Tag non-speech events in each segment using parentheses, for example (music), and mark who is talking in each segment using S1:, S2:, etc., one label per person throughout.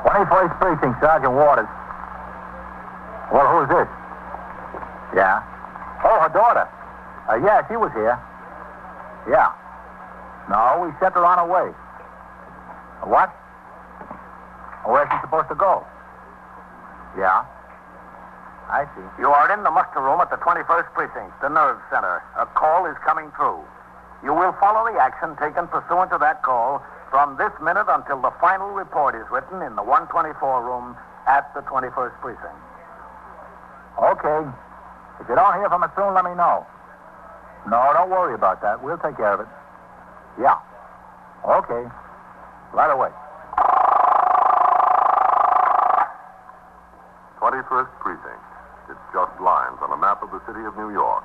S1: 21st Precinct, Sergeant Waters. Well, who's this? Yeah. Oh, her daughter. Uh, yeah, she was here. Yeah. No, we sent her on her way. Uh, What? Where's she supposed to go? Yeah. I see.
S2: You are in the muster room at the 21st Precinct, the nerve center. A call is coming through. You will follow the action taken pursuant to that call from this minute until the final report is written in the 124 room at the 21st Precinct.
S1: Okay. If you don't hear from us soon, let me know. No, don't worry about that. We'll take care of it. Yeah. Okay. Right away.
S3: 21st Precinct. It's just lines on a map of the city of New York.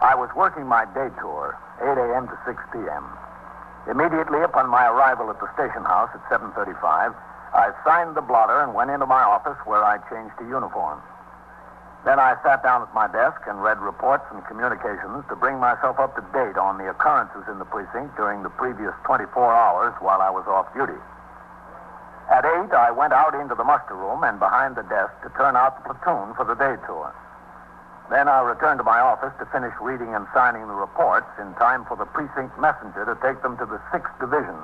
S2: I was working my day tour, 8 a.m. to 6 p.m. Immediately upon my arrival at the station house at 7.35, I signed the blotter and went into my office where I changed to uniform. Then I sat down at my desk and read reports and communications to bring myself up to date on the occurrences in the precinct during the previous 24 hours while I was off duty. At 8, I went out into the muster room and behind the desk to turn out the platoon for the day tour. Then I returned to my office to finish reading and signing the reports in time for the precinct messenger to take them to the 6th Division,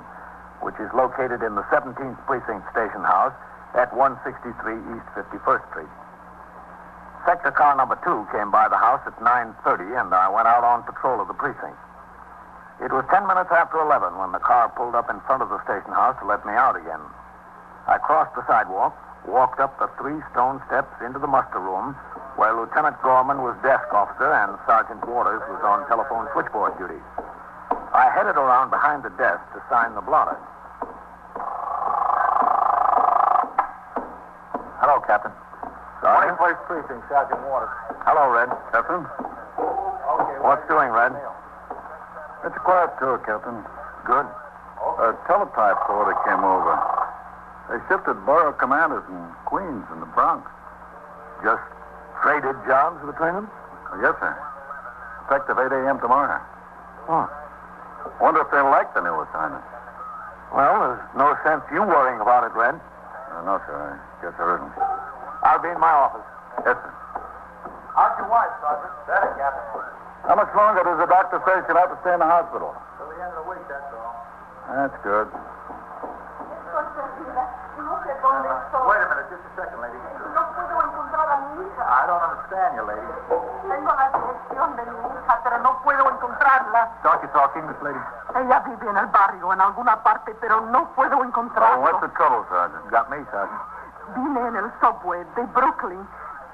S2: which is located in the 17th Precinct Station House at 163 East 51st Street. Sector car number two came by the house at 9.30, and I went out on patrol of the precinct. It was 10 minutes after 11 when the car pulled up in front of the station house to let me out again. I crossed the sidewalk, walked up the three stone steps into the muster room, where Lieutenant Gorman was desk officer and Sergeant Waters was on telephone switchboard duty. I headed around behind the desk to sign the blotter.
S1: Hello, Captain.
S2: Sergeant?
S1: Precinct, Sergeant Waters.
S2: Hello, Red.
S4: Captain?
S1: Okay,
S2: What's doing, Red?
S4: It's a quiet tour, Captain.
S2: Good.
S4: A teletype order came over. They shifted borough commanders in Queens and the Bronx.
S2: Just traded jobs between them?
S4: Oh, yes, sir. Effective 8 a.m. tomorrow.
S2: Oh.
S4: Wonder if they'll like the new assignment.
S2: Well, there's no sense you worrying about it, Red.
S4: Uh, no, sir. I guess there isn't.
S2: I'll be in my office.
S4: Yes, sir.
S1: How's your wife, Sergeant? Better, Captain.
S4: How much longer does the doctor say she'll have to stay in the hospital?
S1: Till the end of the week, that's all.
S4: That's good.
S1: Wait a minute, just a second, lady.
S5: No puedo encontrar a mi hija.
S1: I don't understand you, lady.
S5: Tengo la dirección de mi hija, pero no puedo encontrarla.
S1: Don't you talk English, lady?
S5: Ella vive en el barrio, en alguna parte, pero no puedo
S4: Oh,
S5: encontrarla.
S4: what's the trouble, Sergeant?
S1: Got me, Sergeant.
S5: Vine en el subway de Brooklyn,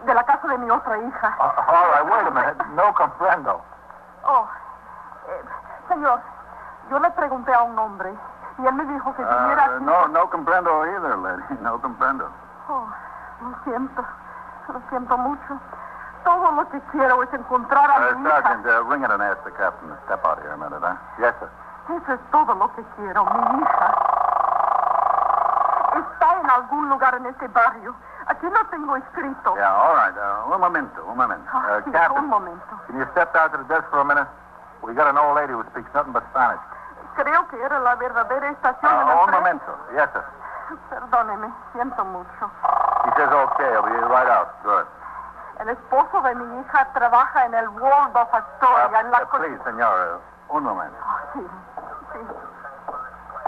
S5: de la casa de mi otra hija.
S1: Uh, all right, wait a minute. No comprendo.
S5: Oh, eh, señor, yo le pregunté a un hombre y él me dijo que viniera
S4: Uh,
S5: aquí.
S4: no, no comprendo either, lady. (laughs) No comprendo.
S5: Oh, lo siento, lo siento mucho. Todo lo que quiero es encontrar a
S4: Uh,
S5: mi hija.
S4: Sergeant, uh, ring it and ask the captain to step out here a minute, huh?
S1: Yes, sir.
S5: Eso es todo lo que quiero, mi hija. Está en algún lugar en este barrio. Aquí lo tengo escrito.
S4: Yeah, all right. Uh, un momento, un momento.
S1: Oh, (laughs)
S5: Ah,
S4: Uh,
S5: sí,
S4: Captain,
S5: un momento.
S1: Can you step down to the desk for a minute? We got an old lady who speaks nothing but Spanish.
S5: Creo que era la verdadera estación de
S1: Uh,
S5: la
S1: un momento. Yes, sir.
S5: Perdóneme, siento mucho.
S1: He says okay. I'll be right out. Good.
S5: El esposo de mi hija trabaja en el Waldorf
S1: Oh,
S2: Ah,
S5: Astoria, en la
S4: uh, please, senor, uh, un moment.
S5: Ah, sí, sí.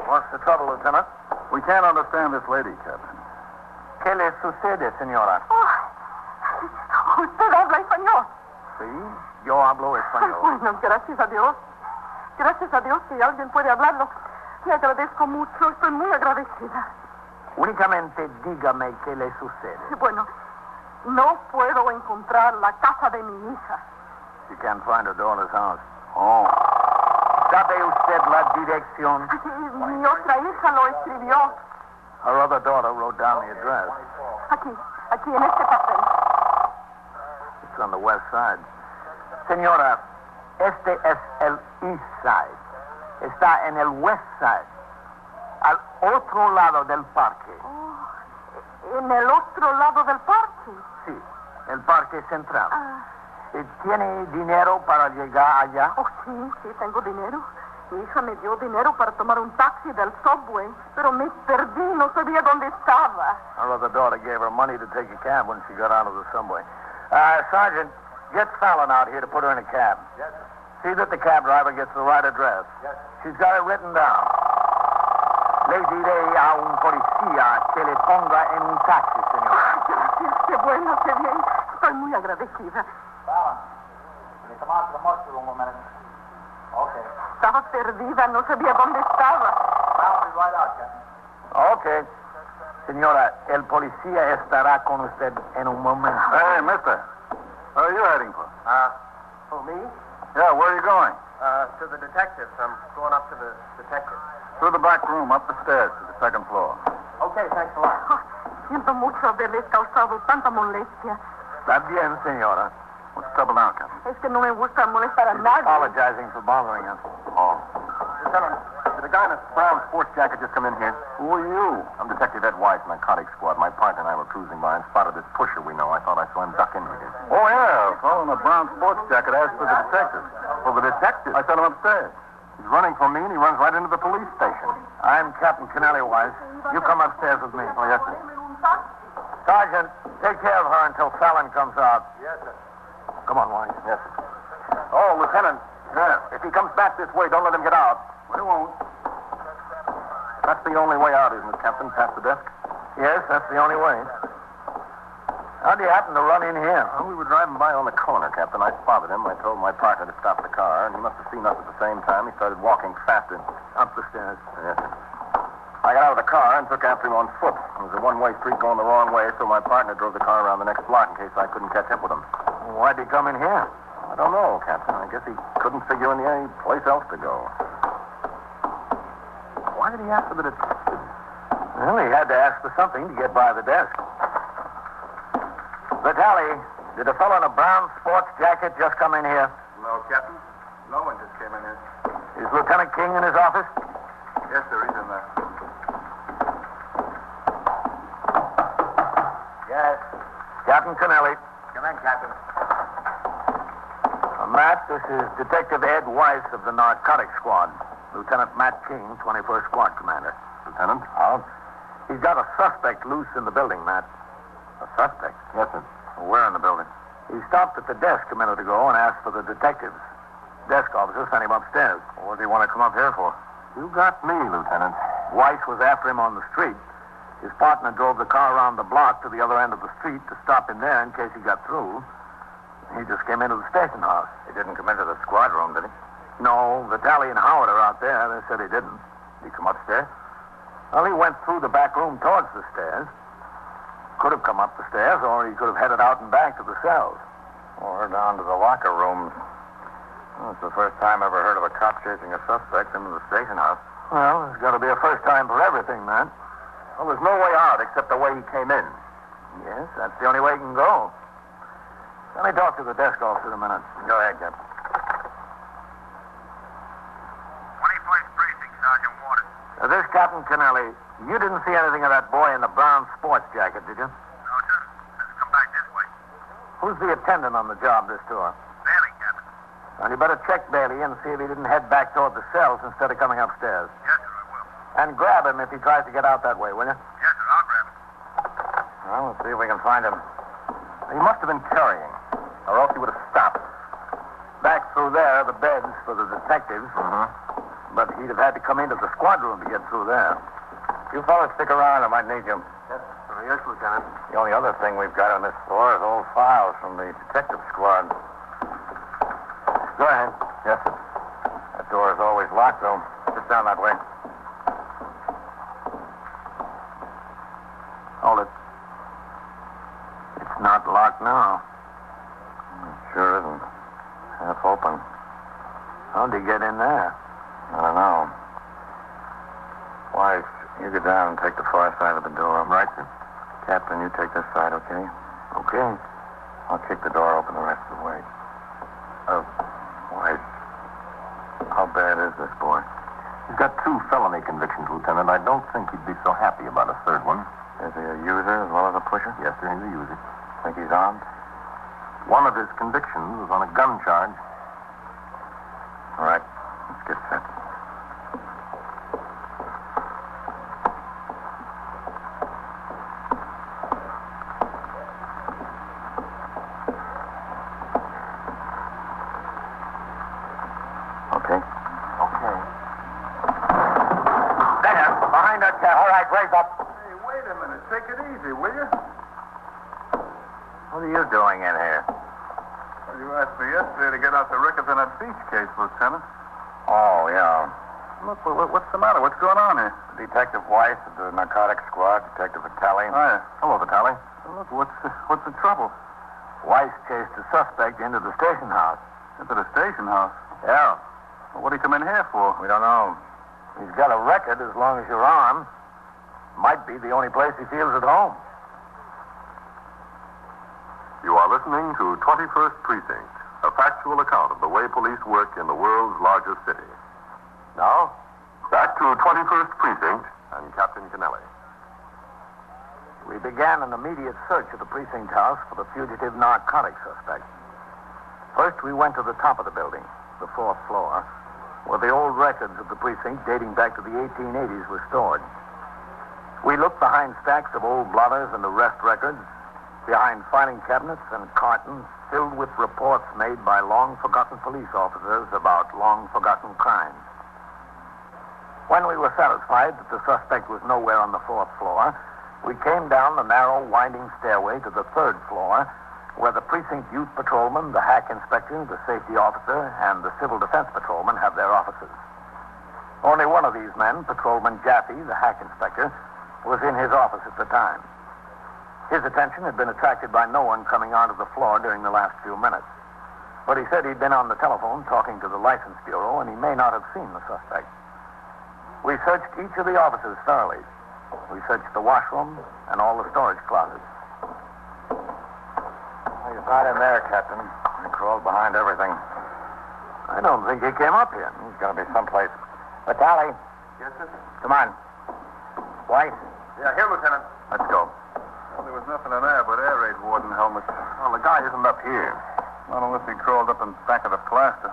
S2: What's the trouble, Lieutenant?
S4: We can't understand this lady, Captain.
S2: ¿Qué le sucede, señora?
S5: Ah, usted habla español.
S2: Sí, yo hablo
S5: Ay,
S2: español.
S5: Bueno, gracias a Dios. Gracias a Dios que alguien puede hablarlo. Le agradezco mucho, estoy muy agradecida.
S2: (laughs) Únicamente dígame qué le sucede.
S5: Bueno, no puedo encontrar la casa de mi hija.
S2: You can't find her daughter's house.
S4: Oh.
S2: ¿Sabe usted la dirección?
S5: Y Mi otra hija lo escribió.
S2: Her other daughter wrote down the address.
S5: Aquí, aquí, en este papel.
S2: It's on the west side. Señora, este es el east side. Está en el west side. Al otro lado del parque.
S5: Oh, en el otro lado del parque.
S2: Sí, el parque central.
S5: Ah.
S2: Eh, ¿Tiene dinero para llegar allá?
S5: Oh, sí, sí, tengo dinero. Mi hija me dio dinero para tomar un taxi del subway, pero me perdí, no sabía dónde estaba.
S2: Her other daughter gave her money to take a cab when she got out of the subway. Uh, Sergeant, get Fallon out here to put her in a cab. Yes, See that the cab driver gets the right address. Yes, She's got it written down. Le diré a un policía que le ponga en un taxi, señor.
S5: Ay, gracias, qué bueno, qué bien. Estoy muy agradecida.
S1: Fallon, can you come out to the muster room a minute? Okay.
S5: Estaba perdida, no sabía dónde estaba.
S1: I'll be right out, Captain.
S2: Okay. Señora, el policía estará con usted en un momento.
S1: Ah.
S2: Ah.
S4: Hey, mister. Where are you heading for?
S6: Uh, oh, me?
S4: Yeah, where are you going?
S6: Uh, to the detectives. I'm going up to the detectives.
S4: Through the back room, up the stairs to the second floor.
S6: Okay, thanks a lot.
S5: Ay, siento mucho haberles causado tanta molestia.
S2: Está bien, señora.
S4: What's the trouble now, Captain?
S5: Es que no me gusta molestar a nadie.
S2: Apologizing for bothering us.
S3: Oh.
S6: Lieutenant,
S3: Did a guy in a brown sports jacket just come in here?
S4: Who are you?
S3: I'm Detective Ed Weiss, narcotic squad. My partner and I were cruising by and spotted this pusher we know. I thought I saw him duck in here.
S4: Oh, yeah, a fellow in a brown sports jacket asked for the detective.
S3: Well, the detective.
S4: I sent him upstairs.
S3: He's running from me, and he runs right into the police station.
S2: I'm Captain Kennelly Wise. You come upstairs with me.
S3: Oh, yes, sir.
S2: Sergeant, take care of her until Fallon comes out. Yes, sir. Come on, Wise.
S3: Yes, sir. Oh, Lieutenant. Yeah. If he comes back this way, don't let him get out.
S4: We won't.
S3: That's the only way out, isn't it, Captain? Past the desk?
S2: Yes, that's the only way. How'd you happen to run in here?
S3: Well, we were driving by on the corner, Captain. I spotted him. I told my partner to stop the car, and he must have seen us at the same time. He started walking faster.
S2: Up the stairs.
S3: Yes, sir. I got out of the car and took after him on foot. It was a one-way street going the wrong way, so my partner drove the car around the next block in case I couldn't catch up with him.
S2: Why'd he come in here?
S3: I don't know, Captain. I guess he couldn't figure any, any place else to go. Why did he ask for the detective?
S2: Well, he had to ask for something to get by the desk. Vitali, did a fellow in a brown sports jacket just come in here?
S6: No, Captain. No one just came in here.
S2: Is Lieutenant King in his office?
S6: Yes, sir, he's in there. Yes.
S2: Captain Kennelly.
S6: Come in, Captain.
S2: Uh, Matt, this is Detective Ed Weiss of the Narcotic Squad. Lieutenant Matt King, 21st Squad Commander.
S3: Lieutenant?
S2: Oh? He's got a suspect loose in the building, Matt. A suspect?
S3: Yes, sir.
S2: Where in the building? He stopped at the desk a minute ago and asked for the detectives. Desk officer sent him upstairs.
S3: What do you want to come up here for? You got me, Lieutenant.
S2: Weiss was after him on the street. His partner drove the car around the block to the other end of the street to stop him there in case he got through. He just came into the station house.
S3: He didn't come into the squad room, did he?
S2: No, Vitali and Howard are out there. They said he didn't.
S3: Did he come upstairs?
S2: Well, he went through the back room towards the stairs. Could have come up the stairs, or he could have headed out and back to the cells.
S3: Or down to the locker rooms. Well, it's the first time I ever heard of a cop chasing a suspect into the station house.
S2: Well, there's got to be a first time for everything, man.
S3: Well, there's no way out except the way he came in.
S2: Yes, that's the only way he can go. Let me talk to the desk officer a minute.
S3: Go ahead, Captain.
S7: 21st Precinct, Sergeant Waters.
S2: Uh, this Captain Kennelly, you didn't see anything of that boy in the brown sports jacket, did you?
S7: No, sir. Let's come back this way.
S2: Who's the attendant on the job this tour?
S7: Bailey, Captain.
S2: Well, you better check Bailey and see if he didn't head back toward the cells instead of coming upstairs.
S7: Yes, sir, I will.
S2: And grab him if he tries to get out that way, will you?
S7: Yes, sir, I'll grab him.
S3: Well, let's see if we can find him. He must have been carrying, or else he would have stopped.
S2: Back through there, the beds for the detectives.
S3: Mm-hmm.
S2: But he'd have had to come into the squad room to get through there.
S3: You fellas stick around. I might need you.
S6: Yes, Lieutenant.
S3: The only other thing we've got on this floor is old files from the detective squad.
S2: Go ahead.
S3: Yes, sir. That door is always locked, though. Just down that way.
S2: Hold it. It's not locked now.
S3: Sure isn't. Half open.
S2: How'd he get in there?
S3: I don't know. Why,
S4: You go down and take the far side of the door.
S3: Right, sir.
S4: Captain, you take this side, okay?
S2: Okay.
S4: I'll kick the door open the rest of the way. Uh, wait. How bad is this boy?
S3: He's got two felony convictions, Lieutenant. I don't think he'd be so happy about a third one.
S4: Is he a user as well as a pusher?
S3: Yes, sir, he's a user.
S4: Think he's armed?
S3: One of his convictions was on a gun charge.
S4: All right. Let's get set. Okay.
S2: Okay. There, behind that cat. All right, raise up.
S4: Hey, wait a minute. Take it easy, will you?
S1: What are you doing in here?
S4: Well, you asked me yesterday to get out the records on that beach case, Lieutenant.
S1: Oh, yeah.
S4: Look, wha- wha- what's the matter? What's going on here?
S1: Detective Weiss of the narcotics squad, Detective Vitale.
S4: Hi.
S1: Hello, Vitale.
S4: Look, what's the, what's the trouble?
S1: Weiss chased the suspect into the station house.
S4: Into the station house.
S1: Yeah.
S4: Well, what did he come in here for?
S1: We don't know. He's got a record as long as you're on. Might be the only place he feels at home.
S3: You are listening to 21st Precinct, a factual account of the way police work in the world's largest city.
S1: No?
S3: Back to 21st Precinct and Captain Kennelly.
S2: We began an immediate search of the precinct house for the fugitive narcotic suspect. First, we went to the top of the building, the fourth floor, where the old records of the precinct dating back to the 1880s were stored. We looked behind stacks of old blotters and arrest records, behind filing cabinets and cartons filled with reports made by long forgotten police officers about long forgotten crimes. When we were satisfied that the suspect was nowhere on the fourth floor, we came down the narrow, winding stairway to the third floor, where the precinct youth patrolman, the hack inspector, the safety officer, and the civil defense patrolman have their offices. Only one of these men, Patrolman Jaffe, the hack inspector, was in his office at the time. His attention had been attracted by no one coming onto the floor during the last few minutes. But he said he'd been on the telephone talking to the License Bureau, and he may not have seen the suspect. We searched each of the offices thoroughly. We searched the washroom and all the storage closets.
S4: He's not in there, Captain. He crawled behind everything.
S2: I don't think he came up here.
S4: He's going to be someplace. Vitale,
S6: Yes, sir?
S4: come on. White,
S6: Yeah, here, Lieutenant.
S4: let's go. Well, there was nothing in there but air raid warden helmets.
S3: Well, the guy isn't up here.
S4: Not unless he crawled up in back of the plaster.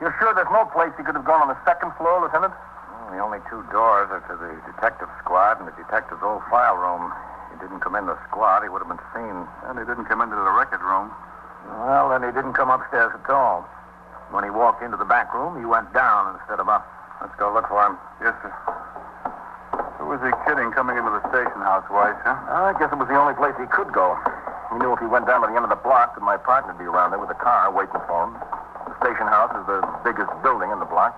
S3: You're sure there's no place he could have gone on the second floor, Lieutenant?
S4: the only two doors are to the detective squad and the detective's old file room. He didn't come in the squad. He would have been seen. And he didn't come into the record room.
S2: Well, then he didn't come upstairs at all. When he walked into the back room, he went down instead of up.
S4: Let's go look for him. Yes, sir. Who was he kidding coming into the station house, Weiss, huh?
S3: I guess it was the only place he could go. He knew if he went down to the end of the block that my partner'd be around there with a car waiting for him. The station house is the biggest building in the block.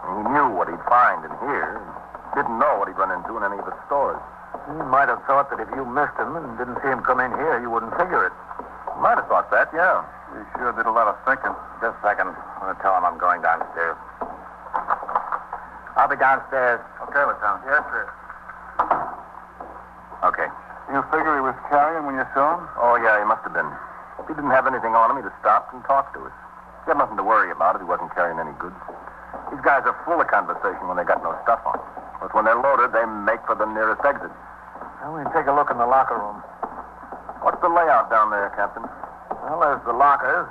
S3: And he knew what he'd find in here. and Didn't know what he'd run into in any of the stores.
S2: You might have thought that if you missed him and didn't see him come in here, you wouldn't figure it.
S3: Might have thought that, yeah.
S4: He sure did a lot of thinking.
S1: Just a second. I'm going to tell him I'm going downstairs. I'll be downstairs.
S4: Okay, Lieutenant.
S6: Yes, sir.
S1: Okay.
S4: You figure he was carrying when you saw him?
S3: Oh, yeah, he must have been. If he didn't have anything on him, he'd have stopped and talked to us. He had nothing to worry about if he wasn't carrying any goods. These guys are full of conversation when they got no stuff on. But when they're loaded, they make for the nearest exit.
S2: Well, we take a look in the locker room.
S3: What's the layout down there, Captain?
S2: Well, there's the lockers.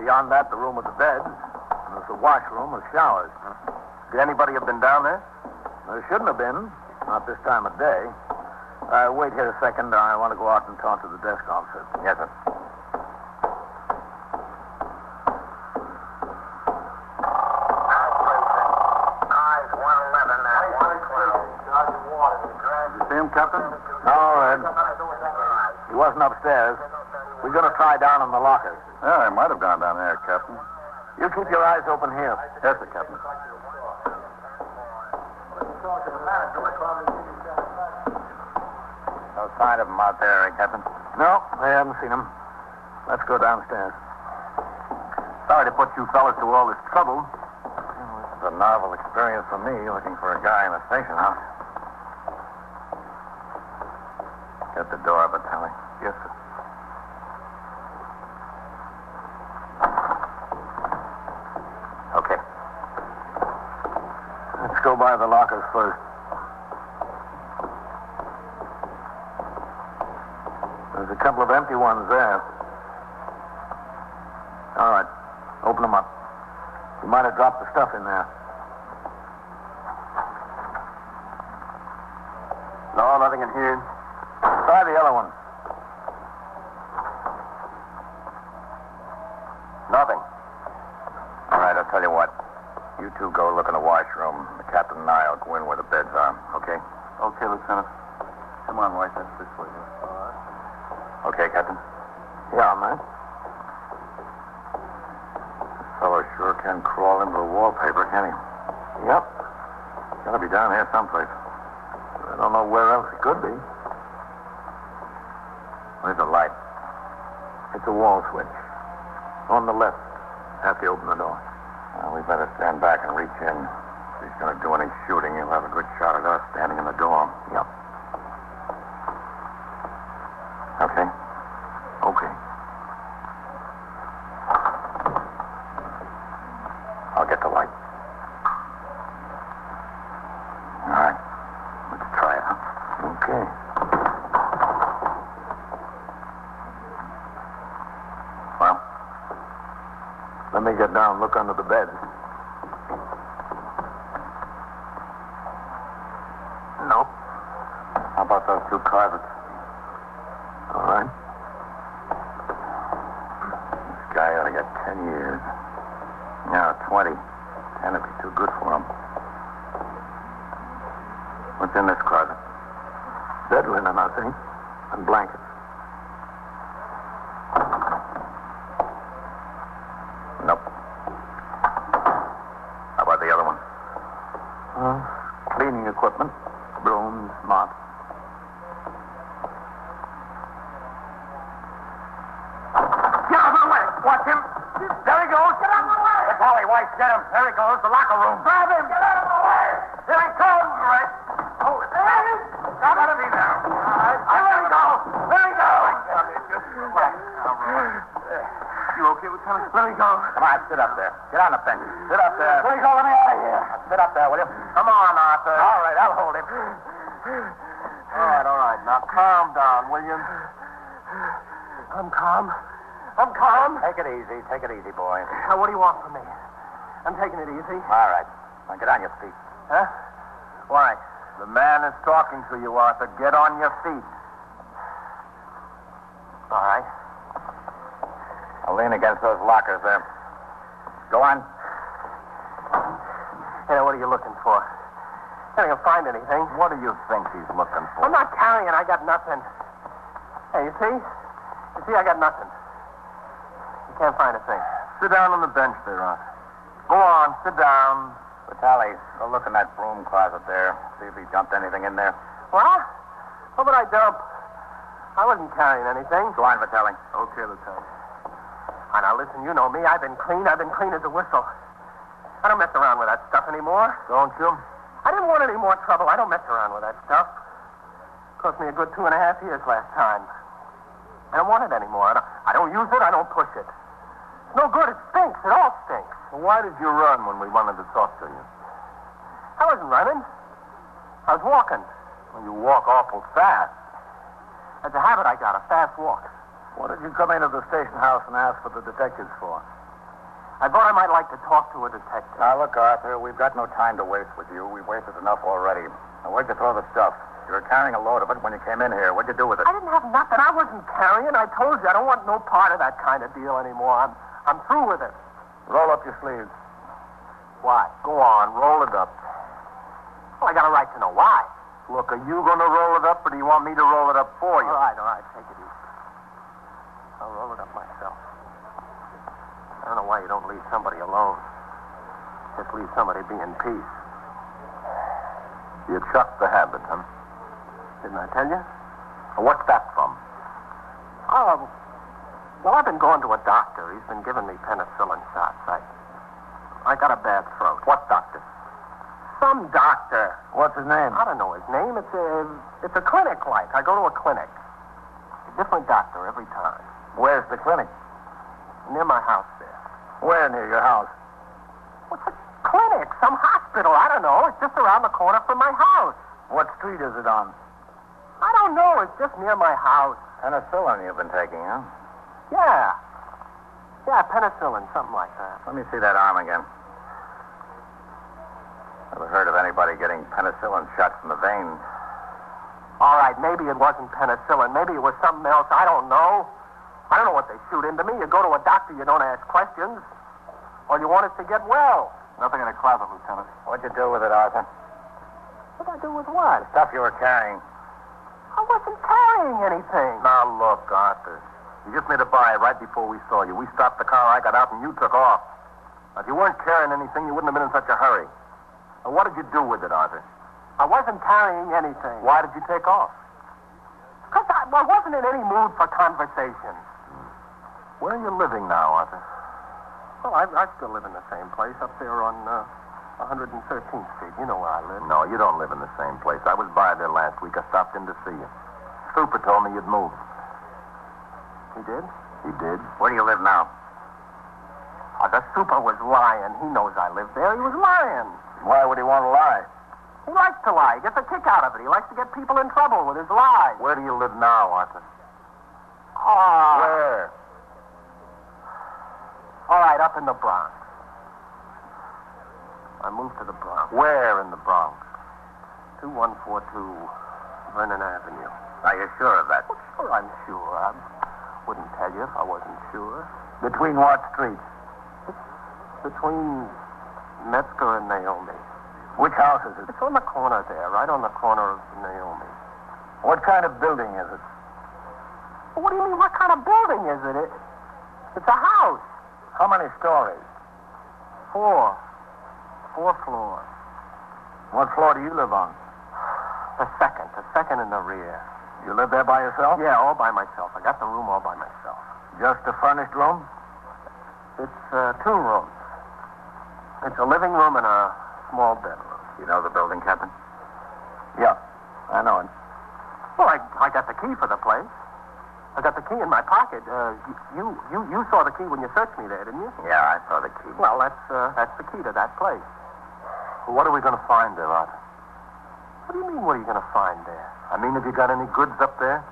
S2: Beyond that, the room with the beds. And there's the washroom with showers.
S3: Did anybody have been down there?
S2: There shouldn't have been. Not this time of day. Uh, wait here a second. I want to go out and talk to the desk officer.
S1: Yes, sir.
S7: Eyes 111 and 112. Dodge Water,
S4: You see him, Captain?
S2: No, Ed. He wasn't upstairs. We're going to try down in the lockers.
S4: Yeah, he might have gone down there, Captain.
S2: You keep your eyes open here.
S4: Yes, sir, Captain.
S1: No sign of him out there, eh, Captain?
S2: No, I haven't seen him. Let's go downstairs.
S3: Sorry to put you fellas to all this trouble.
S1: This is a novel experience for me, looking for a guy in a station house.
S4: Get the door, Vitaly.
S2: Yes, sir.
S4: Okay.
S2: Let's go by the lockers first. There's a couple of empty ones there. All right. Open them up. You might have dropped the stuff in there.
S6: No, nothing in here.
S2: Try the other one.
S6: Nothing.
S4: All right, I'll tell you what. You two go look in the washroom. The captain and I will go in where the beds are, okay?
S2: Okay, Lieutenant. Come on, White. That's this way.
S4: Okay, Captain?
S2: Yeah, man.
S4: Fellow sure can crawl into the wallpaper, can he?
S2: Yep.
S4: Gotta be down here someplace.
S2: I don't know where else it could be.
S4: Where's the light?
S2: It's a wall switch. On the left. After you open the door.
S4: Well, we better stand back and reach in. If he's going to do any shooting, he'll have a good shot at us standing in the door.
S2: Yep.
S4: Okay?
S2: Okay.
S4: I'll get the light. All right. Let's try it.
S2: Okay.
S4: Well,
S2: Let me get down, look under the bed. Nope.
S4: how about those two closets?
S2: All right.
S4: This guy ought to get 10 years. Yeah, 20. 10 would be too good for him. What's in this closet?
S2: Bed linen, I think. And blankets.
S4: Nope. How about the other one?
S2: Uh, cleaning equipment. Brooms, mops.
S6: Get out of my way. Watch him. There he goes. Get out of my way. Polly White, get him. There he goes. The locker room. Grab him. Get out of my way. Here he comes. All right. Hold it. There he is. Got him. Be there. All right. I let him go. Let him go. You okay, Lieutenant? Let me go.
S4: Come on, sit up there. Get on the bench. Sit up there.
S6: Let me go. Let me out of here.
S4: Sit up there, will you?
S6: Come on, Arthur.
S4: All right, I'll hold him.
S6: All right, all right. Now calm down, William. I'm calm. I'm calm.
S4: Take it easy. Take it easy, boy.
S6: Now, what do you want from me? I'm taking it easy.
S4: All right. Now get on your feet.
S6: Huh? Why?
S2: The man is talking to you, Arthur. Get on your feet.
S6: All right.
S4: Now lean against those lockers there. Go on.
S6: You know, what are you looking for? Can't you find anything?
S2: What do you think he's looking for?
S6: I'm not carrying. I got nothing. Hey, you see? You see, I got nothing. You can't find a thing.
S2: Sit down on the bench there, Arthur. Go on, sit down.
S4: Vitaly, go look in that broom closet there. See if he dumped anything in there.
S6: What? What would I dump? I wasn't carrying anything.
S4: Go on, Vitaly.
S2: Okay, Lieutenant.
S6: Ah, now listen, you know me. I've been clean. I've been clean as a whistle. I don't mess around with that stuff anymore.
S2: Don't you?
S6: I didn't want any more trouble. I don't mess around with that stuff. Cost me a good two and a half years last time. I don't want it anymore. I don't, I don't use it. I don't push it. It's no good. It stinks. It all stinks.
S2: Well, why did you run when we wanted to talk to you?
S6: I wasn't running. I was walking.
S2: Well, you walk awful fast.
S6: That's a habit I got, a fast walk.
S2: What did you come into the station house and ask for the detectives for?
S6: I thought I might like to talk to a detective.
S4: Now, Ah, look, Arthur, we've got no time to waste with you. We've wasted enough already. Now, where'd you throw the stuff? You were carrying a load of it when you came in here. What'd you do with it?
S6: I didn't have nothing. I wasn't carrying. I told you I don't want no part of that kind of deal anymore. I'm, I'm through with it.
S2: Roll up your sleeves.
S6: Why?
S2: Go on, roll it up.
S6: Well, I got a right to know why.
S2: Look, are you going to roll it up, or do you want me to roll it up for you?
S6: All right, all right. Take it easy. I'll roll it up myself. I don't know why you don't leave somebody alone. Just leave somebody be in peace.
S2: You chucked the habit, huh?
S6: Didn't I tell you?
S2: What's that from?
S6: Oh, well, I've been going to a doctor. He's been giving me penicillin shots. I, I got a bad throat.
S2: What doctor?
S6: Some
S8: some doctor.
S2: What's his name?
S8: I don't know his name. It's a it's a clinic like. I go to a clinic. A different doctor every time.
S2: Where's the clinic?
S8: Near my house there.
S2: Where near your house?
S8: What's a clinic? Some hospital. I don't know. It's just around the corner from my house.
S2: What street is it on?
S8: I don't know. It's just near my house.
S4: Penicillin you've been taking, huh?
S8: Yeah. Yeah, penicillin, something like that.
S4: Let me see that arm again. Never heard of anybody getting penicillin shots in the vein.
S8: All right, maybe it wasn't penicillin. Maybe it was something else. I don't know. I don't know what they shoot into me. You go to a doctor, you don't ask questions. All you want is to get well.
S1: Nothing in a closet, Lieutenant.
S4: What'd you do with it, Arthur?
S8: What'd I do with what?
S4: Stuff you were carrying.
S8: I wasn't carrying anything.
S1: Now, look, Arthur. You just made a buy right before we saw you. We stopped the car, I got out, and you took off. Now, if you weren't carrying anything, you wouldn't have been in such a hurry. Now, what did you do with it, Arthur?
S8: I wasn't carrying anything.
S1: Why did you take off?
S8: Because I, I wasn't in any mood for conversation.
S1: Where are you living now, Arthur?
S8: Well, I, I still live in the same place up there on uh, 113th Street. You know where I live.
S1: No, you don't live in the same place. I was by there last week. I stopped in to see you. Super told me you'd moved.
S8: He did?
S1: He did.
S4: Where do you live now?
S8: Oh, the super was lying. He knows I live there. He was lying.
S2: Why would he want to lie?
S8: He likes to lie. He gets a kick out of it. He likes to get people in trouble with his lies.
S1: Where do you live now, Arthur?
S8: Oh,
S1: Where?
S8: all right, up in the Bronx. I moved to the Bronx.
S1: Where in the Bronx?
S8: 2142 Vernon Avenue.
S4: Are you sure of that?
S8: Well, I'm sure. I wouldn't tell you if I wasn't sure.
S2: Between what streets?
S8: Between Metzger and Naomi.
S2: Which house is it?
S8: It's on the corner there, right on the corner of Naomi.
S2: What kind of building is it?
S8: What do you mean? What kind of building is it? it it's a house.
S2: How many stories?
S8: Four. Four floors.
S2: What floor do you live on?
S8: The second. The second in the rear.
S2: You live there by yourself?
S8: Yeah, all by myself. I got the room all by myself.
S2: Just a furnished room?
S8: It's uh, two rooms. It's a living room and a small bedroom.
S4: You know the building, Captain?
S2: Yeah, I know it.
S8: Well, I, I got the key for the place. I got the key in my pocket. Uh, you, you, you saw the key when you searched me there, didn't you?
S4: Yeah, I saw the key.
S8: Well, that's uh, that's the key to that place.
S1: What are we going to find there, Arthur?
S8: What do you mean? What are you going to find there?
S1: I mean, have you got any goods up there?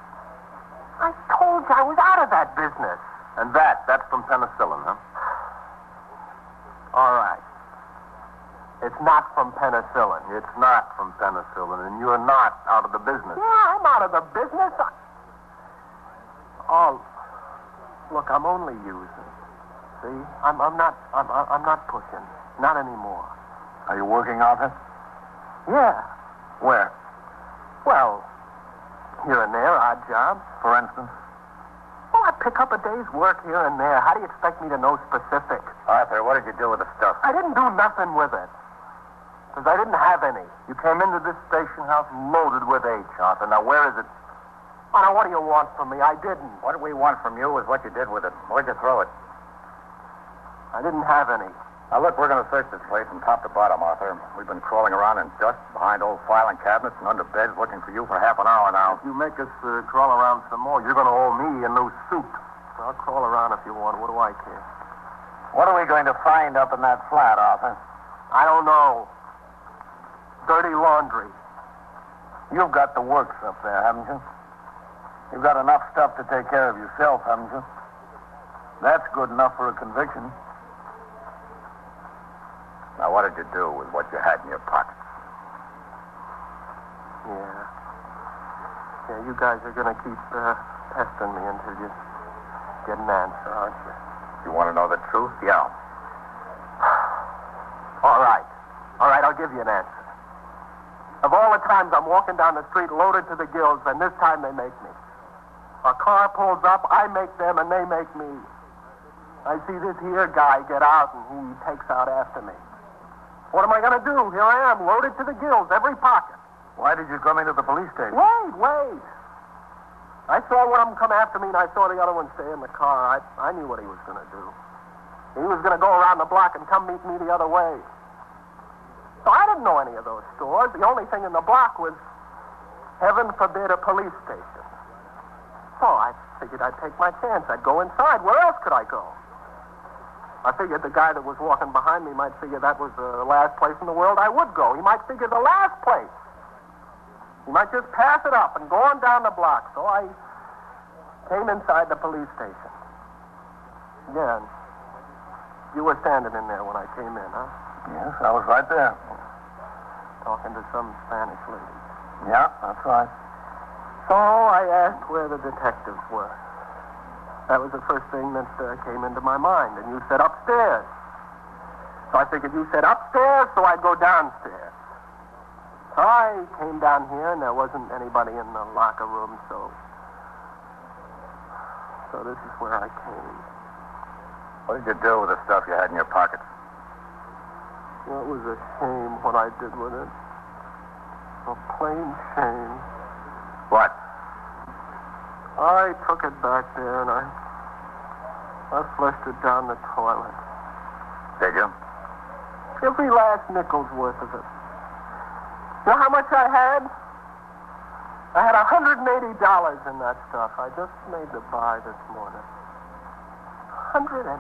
S8: I told you I was out of that business.
S1: And that, that's from penicillin, huh?
S8: All right. It's not from penicillin.
S1: It's not from penicillin, and you're not out of the business.
S8: Yeah, I'm out of the business. I... Oh, look, I'm only using. See, I'm, I'm not, I'm, I'm I'm not pushing. Not anymore.
S2: Are you working on it?
S8: Yeah.
S2: Where?
S8: Well, here and there, odd jobs.
S2: For instance?
S8: Well, I pick up a day's work here and there. How do you expect me to know specifics?
S4: Arthur, what did you do with the stuff?
S8: I didn't do nothing with it. Because I didn't have any.
S1: You came into this station house loaded with H, Arthur. Now, where is it?
S8: I don't know what do you want from me. I didn't.
S4: What we want from you is what you did with it. Where'd you throw it?
S8: I didn't have any.
S4: Now, look, we're going to search this place from top to bottom, Arthur. We've been crawling around in dust, behind old filing cabinets, and under beds looking for you for half an hour
S1: If
S4: now.
S1: you make us uh, crawl around some more, you're going to owe me a new suit.
S8: I'll crawl around if you want. What do I care?
S2: What are we going to find up in that flat, Arthur?
S8: I don't know. Dirty laundry.
S2: You've got the works up there, haven't you? You've got enough stuff to take care of yourself, haven't you? That's good enough for a conviction.
S4: Now, what did you do with what you had in your pocket?
S8: Yeah. Yeah, you guys are going to keep uh, pestering me until you get an answer, aren't you?
S4: You want to know the truth? Yeah.
S8: All right. All right, I'll give you an answer. Of all the times I'm walking down the street loaded to the gills, and this time they make me. A car pulls up, I make them, and they make me. I see this here guy get out, and he takes out after me. What am I going to do? Here I am, loaded to the gills, every pocket.
S2: Why did you come into the police station?
S8: Wait, wait. I saw one of them come after me, and I saw the other one stay in the car. I, I knew what he was going to do. He was going to go around the block and come meet me the other way. So I didn't know any of those stores. The only thing in the block was, heaven forbid, a police station. So I figured I'd take my chance. I'd go inside. Where else could I go? I figured the guy that was walking behind me might figure that was the last place in the world I would go. He might figure the last place. He might just pass it up and go on down the block. So I came inside the police station. Yeah. You were standing in there when I came in, huh?
S4: Yes, I was right there.
S8: Talking to some Spanish lady.
S4: Yeah, that's right.
S8: So I asked where the detectives were. That was the first thing that uh, came into my mind, and you said upstairs. So I figured you said upstairs, so I'd go downstairs. So I came down here, and there wasn't anybody in the locker room, so. So this is where I came.
S4: What did you do with the stuff you had in your pockets?
S8: Well, it was a shame what I did with it. A plain shame.
S4: What?
S8: I took it back there and I I flushed it down the toilet.
S4: Did you?
S8: Every last nickel's worth of it. You know how much I had? I had $180 in that stuff. I just made the buy this morning. $180.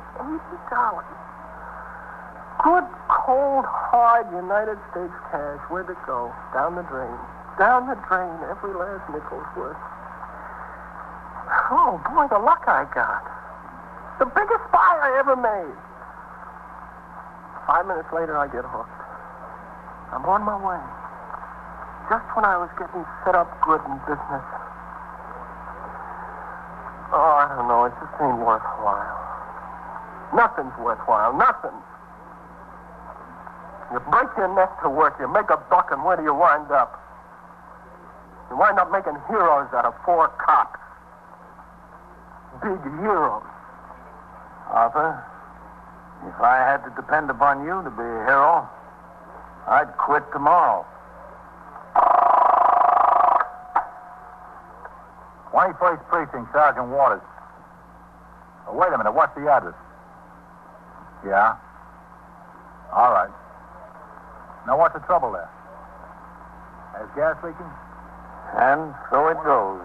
S8: Good, cold, hard United States cash. Where'd it go? Down the drain. Down the drain. Every last nickel's worth. Oh, boy, the luck I got. The biggest buy I ever made. Five minutes later, I get hooked. I'm on my way. Just when I was getting set up good in business. Oh, I don't know. It just ain't worthwhile. Nothing's worthwhile. Nothing. You break your neck to work. You make a buck, and where do you wind up? You wind up making heroes out of four cops. Big heroes.
S4: Arthur, if I had to depend upon you to be a hero, I'd quit tomorrow.
S1: 21st Precinct, Sergeant Waters. Oh, wait a minute, what's the address? Yeah? All right. Now, what's the trouble there? Has gas leaking?
S4: And so it goes.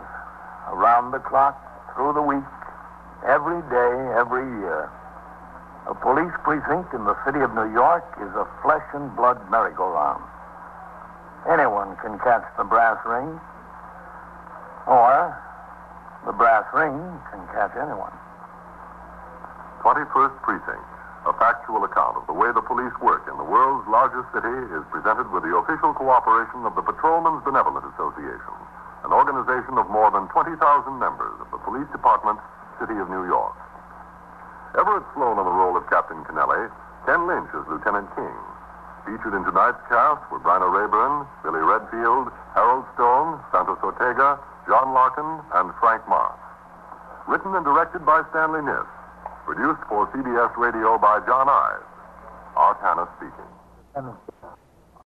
S4: Around the clock, through the week, every day, every year. A police precinct in the city of New York is a flesh and blood merry-go-round. Anyone can catch the brass ring, or the brass ring can catch anyone.
S3: 21st Precinct, a factual account of the way the police work in the world's largest city, is presented with the official cooperation of the Patrolmen's Benevolent Association, an organization of more than 20,000 members of the Police Department, City of New York. Everett Sloan on the role of Captain Kennelly, Ken Lynch as Lieutenant King. Featured in tonight's cast were Bryna Rayburn, Billy Redfield, Harold Stone, Santos Ortega, John Larkin, and Frank Marsh. Written and directed by Stanley Niss. Produced for CBS Radio by John Ives. Art Hanna speaking.